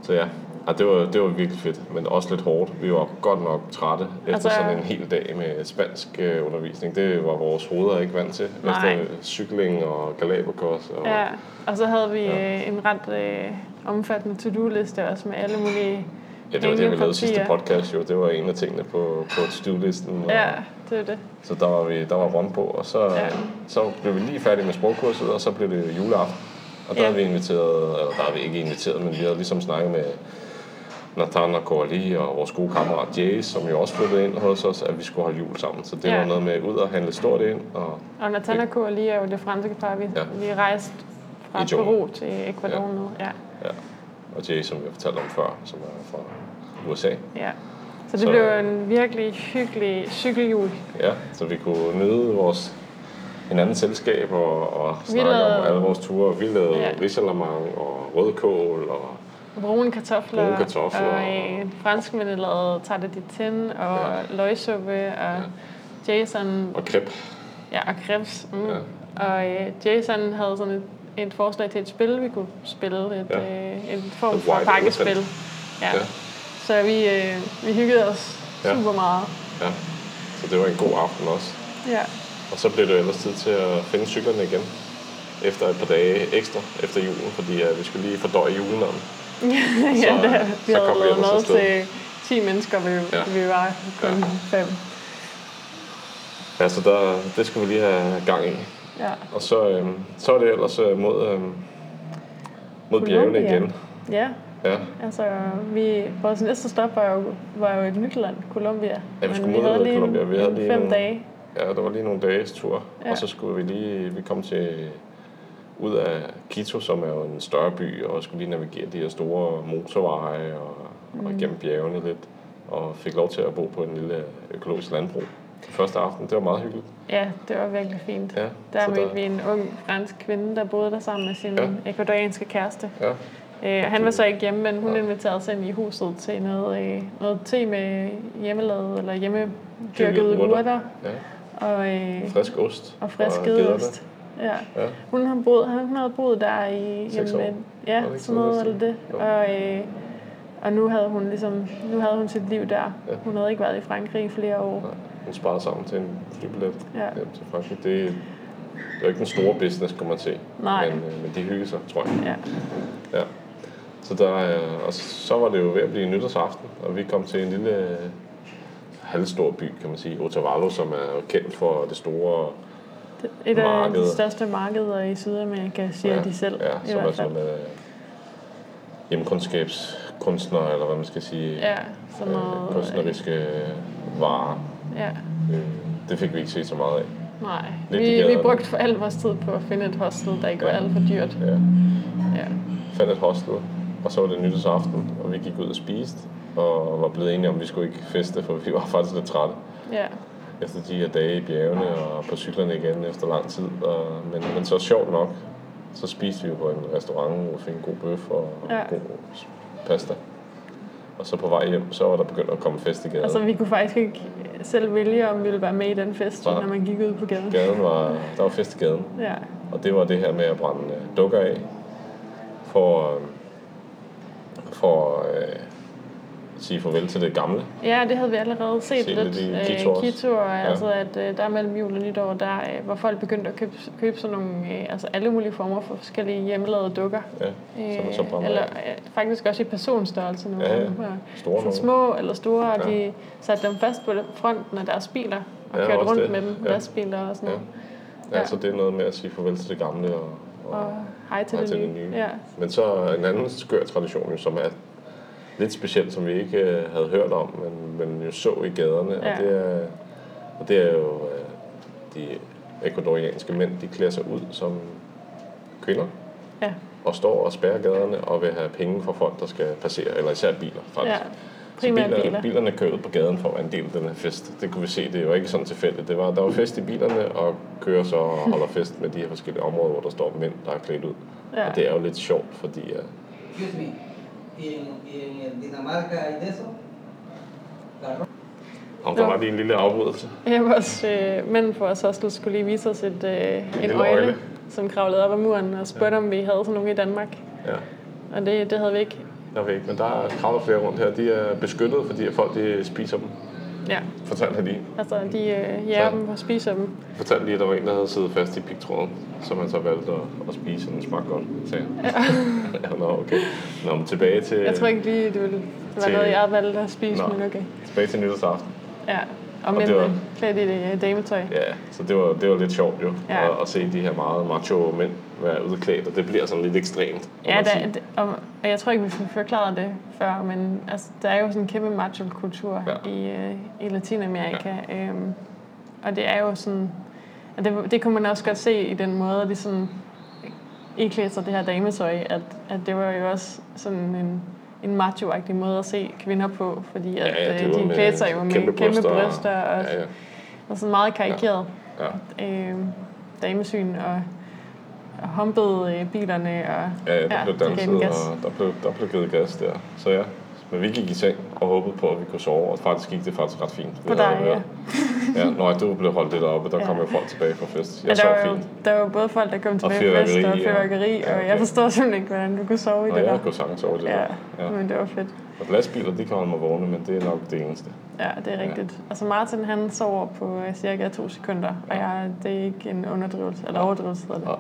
S1: Så ja, ja det, var, det var virkelig fedt, men også lidt hårdt. Vi var godt nok trætte efter
S2: Altså-
S1: altså, sådan en hel dag med spansk øh, undervisning. Det var vores hoveder ikke vant til.
S2: Nej.
S1: Efter cykling og galapagos. Og,
S2: Ja, og så havde vi ja. en ret øh, omfattende to-do-liste også med alle mulige
S1: ja, det var det, vi
S2: hængepapirer.
S1: lavede sidste podcast. Jo. Det var en af tingene på, på to-do-listen. og-
S2: Ja, det er det.
S1: Så der var, vi, der var rund på, og så,
S2: Ja.
S1: ja. så blev vi lige færdige med sprogkurset, og så blev det jo juleaften. Og der
S2: Ja.
S1: ja. havde vi inviteret, eller der havde vi ikke inviteret, men vi havde ligesom snakket med Nathan og Corali og vores gode kammerat Jay, som jo også flyttede ind hos os, at vi skulle holde jul sammen. Så det
S2: Ja.
S1: ja. var noget med ud og handle stort ind, og
S2: Og Nathan og Kua lige er jo det franske par, vi, ja.
S1: Ja.
S2: vi rejste fra
S1: I junglen.
S2: Peru til Ecuador ja. med. Ja,
S1: ja. og Jay, som vi har fortalt om før, som er fra USA.
S2: ja. Så det så,
S1: Så-
S2: blev jo en virkelig hyggelig cykeljul.
S1: Ja, så vi kunne nyde vores hinandens selskab og, og snakke
S2: lavede-
S1: om alle vores ture. Vi lavede
S2: Ja.
S1: ja. risalamang og rødkål og
S2: Brune kartofler,
S1: Brune kartofler,
S2: og øh, franskmændene lavede tarte de tin, og ja.
S1: Ja.
S2: løgsuppe, og ja. Jason
S1: og klip.
S2: Ja, og krebs. Mm. Ja.
S1: Ja.
S2: Og øh, Jason havde sådan et, et forslag til et spil, vi kunne spille. Et,
S1: Ja.
S2: ja. øh, en form
S1: The
S2: for
S1: White
S2: pakkespil.
S1: Elephant.
S2: Ja. ja.
S1: Ja.
S2: Så vi, øh, vi hyggede os ja.
S1: Ja.
S2: super meget.
S1: Ja, så det var en god aften også.
S2: Ja.
S1: Og så blev det jo ellers tid til at finde cyklerne igen. efter et par dage ekstra efter julen, fordi øh, vi skulle lige fordøje julen om.
S2: ja,
S1: Så, øh,
S2: der, vi
S1: så
S2: havde
S1: kom vi
S2: lavet
S1: ellers
S2: mad
S1: afsted.
S2: til 10 mennesker, vi,
S1: Ja.
S2: ja. vi var kun
S1: Ja.
S2: fem.
S1: Ja, så der, det skulle vi lige have gang i.
S2: Ja.
S1: Og så, øh, så er det ellers øh, mod, øh, mod bjergene
S2: Colombia.
S1: igen.
S2: ja,
S1: Ja,
S2: altså vi, vores næste stop var jo, var jo et nyt land, Colombia.
S1: Ja, vi
S2: Men
S1: skulle mod
S2: lige
S1: Colombia. Vi havde
S2: en
S1: lige
S2: fem
S1: nogle-
S2: dage.
S1: ja der var lige nogle dages tur, ja.
S2: Ja.
S1: og så skulle vi lige vi kom til ud af Quito, som er jo en større by, og skulle lige navigere de her store motorveje og, mm. og gennem bjergene lidt, og fik lov til at bo på en lille økologisk landbrug. Første aften, det var meget hyggeligt.
S2: Ja, det var virkelig fint.
S1: Ja,
S2: Der
S1: så
S2: mødte
S1: der-
S2: vi en ung fransk kvinde, der boede der sammen med sin
S1: Ja.
S2: ja. ecuadorianske kæreste.
S1: Ja,
S2: Øh, og han var så ikke hjemme, men hun inviterede os ind i huset til noget, øh, noget te med hjemmelavet eller hjemmedyrkede
S1: Dyrkede urter.
S2: urter. urter.
S1: ja.
S2: Og, øh,
S1: Frisk ost.
S2: og frisk
S1: gedder.
S2: gedeost. Ja.
S1: Ja.
S2: Hun har boet, han havde boet der i...
S1: Seks år.
S2: ja,
S1: Var det ikke
S2: sådan noget
S1: sådan
S2: eller
S1: noget?
S2: det.
S1: Jo.
S2: Og, øh, og nu havde hun ligesom, nu havde hun sit liv der.
S1: Ja.
S2: Hun havde ikke været i Frankrig i flere år.
S1: Nej, Hun sparer sammen til en flybillet
S2: Ja.
S1: hjem til Frankrig. Det, er- det er jo ikke den store business, kommer man til.
S2: Nej.
S1: Men, øh, men de hygger sig, tror jeg.
S2: Ja.
S1: Ja. Så der, øh, og så var det jo ved at blive nytårsaften, og vi kom til en lille øh, halvstor by, kan man sige, Otavalo, som er jo kendt for det store
S2: Et af
S1: Markeder.
S2: de største markeder i Sydamerika, siger
S1: Ja,
S2: de selv.
S1: ja,
S2: i
S1: som er
S2: hvert
S1: sådan
S2: fald.
S1: øh, hjemkundskabskunstner, eller hvad man skal sige,
S2: Ja, sådan
S1: øh,
S2: noget.
S1: kunstneriske øh, varer.
S2: ja,
S1: Øh, det fik vi ikke set så meget af.
S2: nej.
S1: Lidt i
S2: Vi, vi
S1: gaderne.
S2: brugte for al vores tid på at finde et hostel, der ikke var
S1: Ja.
S2: alt for dyrt.
S1: Ja.
S2: Ja.
S1: fandt et hostel, og så var det nytårsaften, og vi gik ud og spiste, og var blevet enige om, at vi skulle ikke feste, for vi var faktisk lidt trætte
S2: ja.
S1: efter de her dage i bjergene og på cyklerne igen efter lang tid. Og, men, men så sjovt nok, så spiste vi jo på en restaurant og fik en god bøf og ja.
S2: Ja.
S1: god s- pasta. Og så på vej hjem, så var der begyndt at komme fest i gaden.
S2: Altså, vi kunne faktisk ikke selv vælge, om vi ville være med i den fest,
S1: Nej.
S2: når man gik ud på gaden.
S1: gaden var, der var fest i gaden,
S2: Ja,
S1: og det var det her med at brænde øh, dukker af for, øh, for øh, at sige farvel til det gamle.
S2: ja det havde vi allerede set
S1: Set
S2: lidt.
S1: lidt i
S2: øh,
S1: Quito også.
S2: Quito, ja. altså at øh, der mellem jul og nytår, der øh, var folk begyndt at købe, købe sådan nogle, øh, altså alle mulige former for forskellige hjemmelavede dukker.
S1: Ja, som man så
S2: Øh,
S1: brænder
S2: eller
S1: af.
S2: øh, faktisk også i personstørrelse nu.
S1: Ja, ja. Store
S2: sådan
S1: nogle.
S2: små eller store, og
S1: Ja.
S2: de satte dem fast på fronten af deres biler, og
S1: Ja,
S2: ja, kørte
S1: også
S2: rundt
S1: det.
S2: med dem,
S1: Ja.
S2: ja. lastbiler og sådan
S1: Ja.
S2: noget.
S1: Ja. Altså det er noget med at sige farvel til det gamle. Og, og,
S2: Og hej til,
S1: Hej
S2: det,
S1: til det
S2: nye.
S1: nye.
S2: Ja.
S1: Men så en anden skør tradition, jo, som er lidt speciel, som vi ikke øh, havde hørt om, men, men jo så i gaderne. Ja.
S2: Ja.
S1: Og, det er, og det er jo øh, de ecuadorianske mænd, de klæder sig ud som kvinder
S2: Ja.
S1: og står og spærrer gaderne og vil have penge fra folk, der skal passere, eller især biler faktisk.
S2: ja.
S1: Ja.
S2: Primært
S1: så
S2: biler.
S1: bilerne, bilerne kører ud på gaden for at være en del af den her fest. Det kunne vi se, det var ikke sådan tilfældigt. Det var, der var fest i bilerne, og kører så og holder fest med de her forskellige områder, hvor der står mænd, der er klædt ud.
S2: Ja.
S1: Og det er jo lidt sjovt, fordi uh,
S3: Excuse me. ¿Y en, y en el Dinamarca hay de eso? La ro-
S1: om der
S2: Nå.
S1: var lige en lille afbrydelse.
S2: Ja, vores øh, mænd på vores hostel skulle lige vise os et, øh, en
S1: lille
S2: øjle,
S1: øgle.
S2: som kravlede op ad muren og spurgte, om vi havde sådan nogle i Danmark.
S1: Ja.
S2: Og det, det havde vi ikke.
S1: Der ved ikke, men der kravler flere rundt her. De er beskyttet, fordi at folk de spiser dem.
S2: Ja,
S1: Fortalte han lige.
S2: altså de øh, jager
S1: Så-
S2: dem og spiser dem.
S1: Fortalte lige, at der var en, der havde siddet fast i pigtråden, som han så valgte at, at spise, og den smagte godt, sagde han. Ja. Nå, okay. Nå, men tilbage til,
S2: Jeg tror ikke lige, det ville være
S1: Øh, til-
S2: noget, jeg valgte at spise,
S1: Nå.
S2: men okay.
S1: tilbage til nytårsaften.
S2: Ja, og
S1: det var-
S2: mændene klædt i det øh, dametøj.
S1: Ja, så det var, det var lidt sjovt jo,
S2: Ja.
S1: at, at, se de her meget macho mænd være udklædt, og det bliver sådan lidt ekstremt. må
S2: Ja,
S1: man
S2: der,
S1: sige.
S2: d- og, og jeg tror ikke, vi fik forklaret det før, men altså, der er jo sådan en kæmpe macho-kultur
S1: Ja.
S2: ja. i, øh, i Latinamerika. Ja. Øhm, og det er jo sådan... Og det, det kunne man også godt se i den måde, de sådan iklædte sig det her dametøj, at, at det var jo også sådan en, en macho måde at se kvinder på, fordi at,
S1: ja, ja, det
S2: øh,
S1: var
S2: de
S1: med
S2: klædte sig jo med kæmpe bryster, kæmpe bryster og,
S1: Ja, ja,
S2: og sådan meget karikeret
S1: ja.
S2: ja. øh, damesyn og, og humpede øh, bilerne og
S1: Ja, ja, der ja, blev
S2: de gav den
S1: danset,
S2: gas.
S1: og der blev, der blev givet gas der. Så ja, men vi gik i seng og håbede på, at vi kunne sove, og faktisk gik det faktisk ret fint.
S2: På
S1: Vi havde
S2: dig,
S1: jo hørt. ja. Nå, du blev holdt lidt oppe, der ja.
S2: Ja.
S1: kom jo folk tilbage fra fest.
S2: Ja,
S1: Jeg
S2: der,
S1: sov
S2: var jo,
S1: fint.
S2: der var både folk, der kom tilbage fra fest
S1: fyrværkeri,
S2: og
S1: ja.
S2: fyrværkeri,
S1: Ja,
S2: og
S1: okay.
S2: jeg forstod simpelthen ikke, hvordan du kunne sove i
S1: Nå,
S2: det der.
S1: jeg kunne sagtens sove i det
S2: Ja,
S1: der. Ja.
S2: men det var fedt.
S1: Og lastbiler, de kan holde mig vågne, men det er nok det eneste.
S2: Ja, det er rigtigt. Altså Martin, han sover på øh, cirka to sekunder, og jeg, det er ikke en underdrivelse, eller overdrivelse hedder det.
S1: Nej.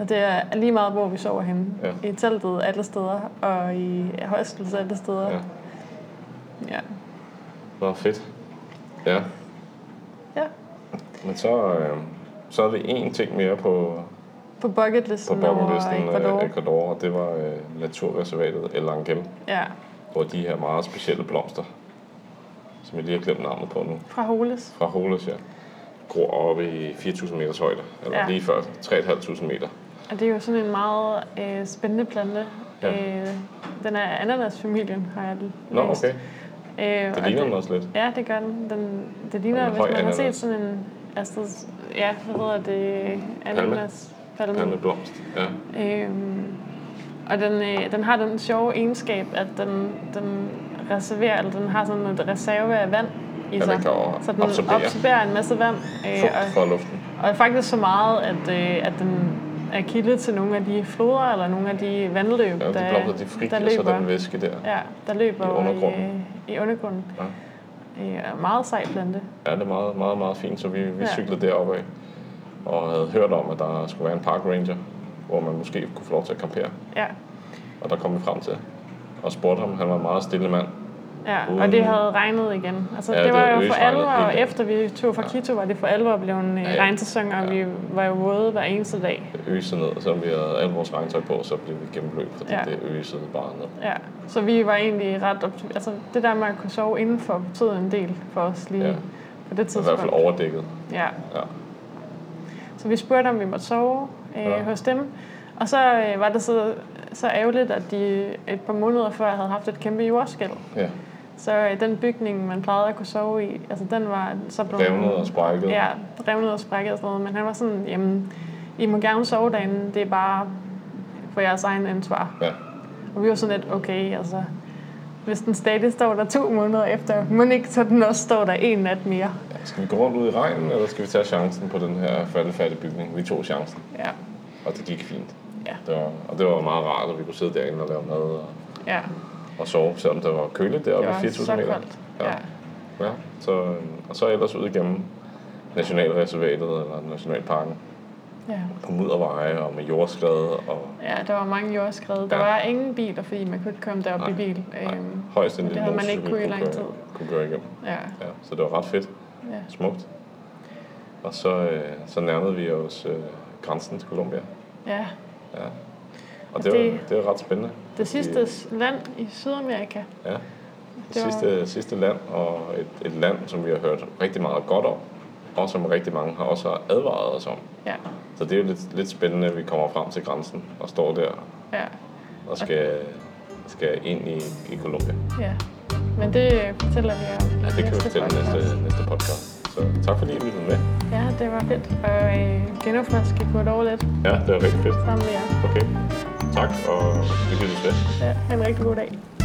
S2: Og det er lige meget, hvor vi sover henne.
S1: Ja.
S2: I teltet alle steder, og i hostels alle steder.
S1: Ja.
S2: ja.
S1: Nå, fedt. Ja,
S2: ja.
S1: men så, øh, så er det én ting mere på,
S2: På
S1: på øh,
S2: bucketlisten over
S1: bobblelisten
S2: Ecuador.
S1: af Ecuador, og det var øh, naturreservatet El Angel,
S2: Ja,
S1: hvor de her meget specielle blomster, som jeg lige har glemt navnet på nu,
S2: fra Holes.
S1: fra Holes, ja, gror oppe i 4.000 meters højde, eller ja.
S2: Ja.
S1: lige før 3.500 meter.
S2: Og det er jo sådan en meget øh, spændende plante.
S1: Ja.
S2: Øh, den er af ananasfamilien, har jeg læst.
S1: Nå, okay.
S2: Øh,
S1: Det
S2: og
S1: ligner den også lidt.
S2: Ja, det gør den. den det ligner,
S1: Og en
S2: hvis
S1: høj
S2: man har set
S1: ananas.
S2: sådan en Astrid, ja, hvad hedder det? Ananas. Palme.
S1: Ja, med blomst. Ja.
S2: Øhm, og den, øh, den har den sjove egenskab, at den, den reserverer, eller den har sådan et reserve af vand i
S1: Ja,
S2: sig.
S1: den kan jo
S2: så den
S1: absorbere.
S2: absorberer en masse vand. Øh,
S1: Fugt
S2: og,
S1: fra luften.
S2: og faktisk så meget, at, øh, at den er kilde til nogle af de floder, eller nogle af de vandløb,
S1: Ja, de
S2: der,
S1: blomster, de
S2: der
S1: frigiver så
S2: løber.
S1: den væske der.
S2: ja, der løber
S1: i
S2: I,
S1: undergrunden.
S2: øh, i undergrunden.
S1: Ja.
S2: Ja. Øh, meget sej plante.
S1: Ja, det er meget, meget, meget fint, så vi, vi
S2: Ja.
S1: cyklede deroppe af og havde hørt om, at der skulle være en park ranger, hvor man måske kunne få lov til at campere.
S2: Ja,
S1: Og der kom vi frem til og spurgte ham. Han var en meget stille mand.
S2: ja.
S1: Uden-
S2: og det havde regnet igen. Altså,
S1: Ja,
S2: ja, det
S1: det
S2: var
S1: havde
S2: jo for
S1: øsregnet
S2: alvor,
S1: hele
S2: og
S1: dagen.
S2: efter vi tog fra
S1: Ja.
S2: Quito, var det for alvor blev en
S1: Ja,
S2: ja,
S1: ja.
S2: ja. regnsæson, og
S1: Ja.
S2: ja. vi var jo våde hver eneste dag.
S1: Det øsede ned, og selvom vi havde alle vores regntøj på, så blev vi gennemløb, fordi ja.
S2: Ja.
S1: det øsede bare ned.
S2: Ja, så vi var egentlig ret optim- Altså, det der med at kunne sove indenfor betød en del for os lige
S1: Ja.
S2: ja. på det
S1: Så i
S2: tidspunkt.
S1: hvert fald overdækket.
S2: Ja.
S1: Ja.
S2: Så vi spurgte, om vi måtte sove øh,
S1: Ja.
S2: ja. hos dem. Og så øh, var det så, så ærgerligt, at de et par måneder før havde haft et kæmpe jordskæld.
S1: Ja.
S2: Så øh, den bygning, man plejede at kunne sove i, altså den var så blevet...
S1: Revnet og sprækket.
S2: Ja, revnet og sprækket og sådan noget. Men han var sådan, jamen, I må gerne sove derinde. Det er bare for jeres egen ansvar.
S1: ja.
S2: Og vi var sådan lidt, okay, altså, hvis den stadig står der to måneder efter, må den ikke så den også står der en nat mere.
S1: ja. Skal vi gå rundt ud i regnen, eller skal vi tage chancen på den her faldefærdige bygning? Vi tog chancen,
S2: Ja,
S1: og det gik fint.
S2: ja,
S1: Det var, og det var meget rart, at vi kunne sidde derinde og lave mad og,
S2: ja.
S1: og sove, selvom der var køligt
S2: Det
S1: deroppe i
S2: var
S1: 4.000
S2: så
S1: meter.
S2: koldt. Ja.
S1: Ja, så, øh, og så ellers ud igennem nationalreservatet eller nationalparken
S2: Ja.
S1: på mudderveje og med jordskred og
S2: ja, der var mange jordskred. Der
S1: Ja.
S2: var ingen biler, fordi man kunne ikke komme derop
S1: Nej,
S2: i bil. Øhm,
S1: højst en
S2: det
S1: lille
S2: havde man
S1: motorcykel
S2: ikke kunnet i lang
S1: kunne,
S2: tid.
S1: køre- kunne køre igennem.
S2: ja,
S1: Ja, så det var ret fedt,
S2: ja.
S1: smukt. Og så, øh, så nærmede vi os øh, grænsen til Colombia.
S2: ja.
S1: Ja. Og
S2: Og
S1: det, det, var,
S2: det-
S1: det var ret spændende.
S2: Det sidste s- land i Sydamerika.
S1: Øh. Ja. Det
S2: Det var-
S1: sidste, sidste land, og et, et land, som vi har hørt rigtig meget godt om, og som rigtig mange har også har advaret os om.
S2: Ja,
S1: Så det er jo lidt, lidt spændende, at vi kommer frem til grænsen og står der
S2: ja,
S1: og skal, skal ind i, i Colombia.
S2: ja. Men det øh, fortæller vi om i
S1: Ja, det kan vi fortælle i
S2: podcast.
S1: næste, næste podcast. Så tak fordi I lyttede med.
S2: Ja, det var fedt. Og øh, genopfriske på et år lidt
S1: Ja, det var rigtig fedt.
S2: sammen med jer.
S1: Okay. Tak, og vi lyttes ved.
S2: Ja, ha' en rigtig god dag.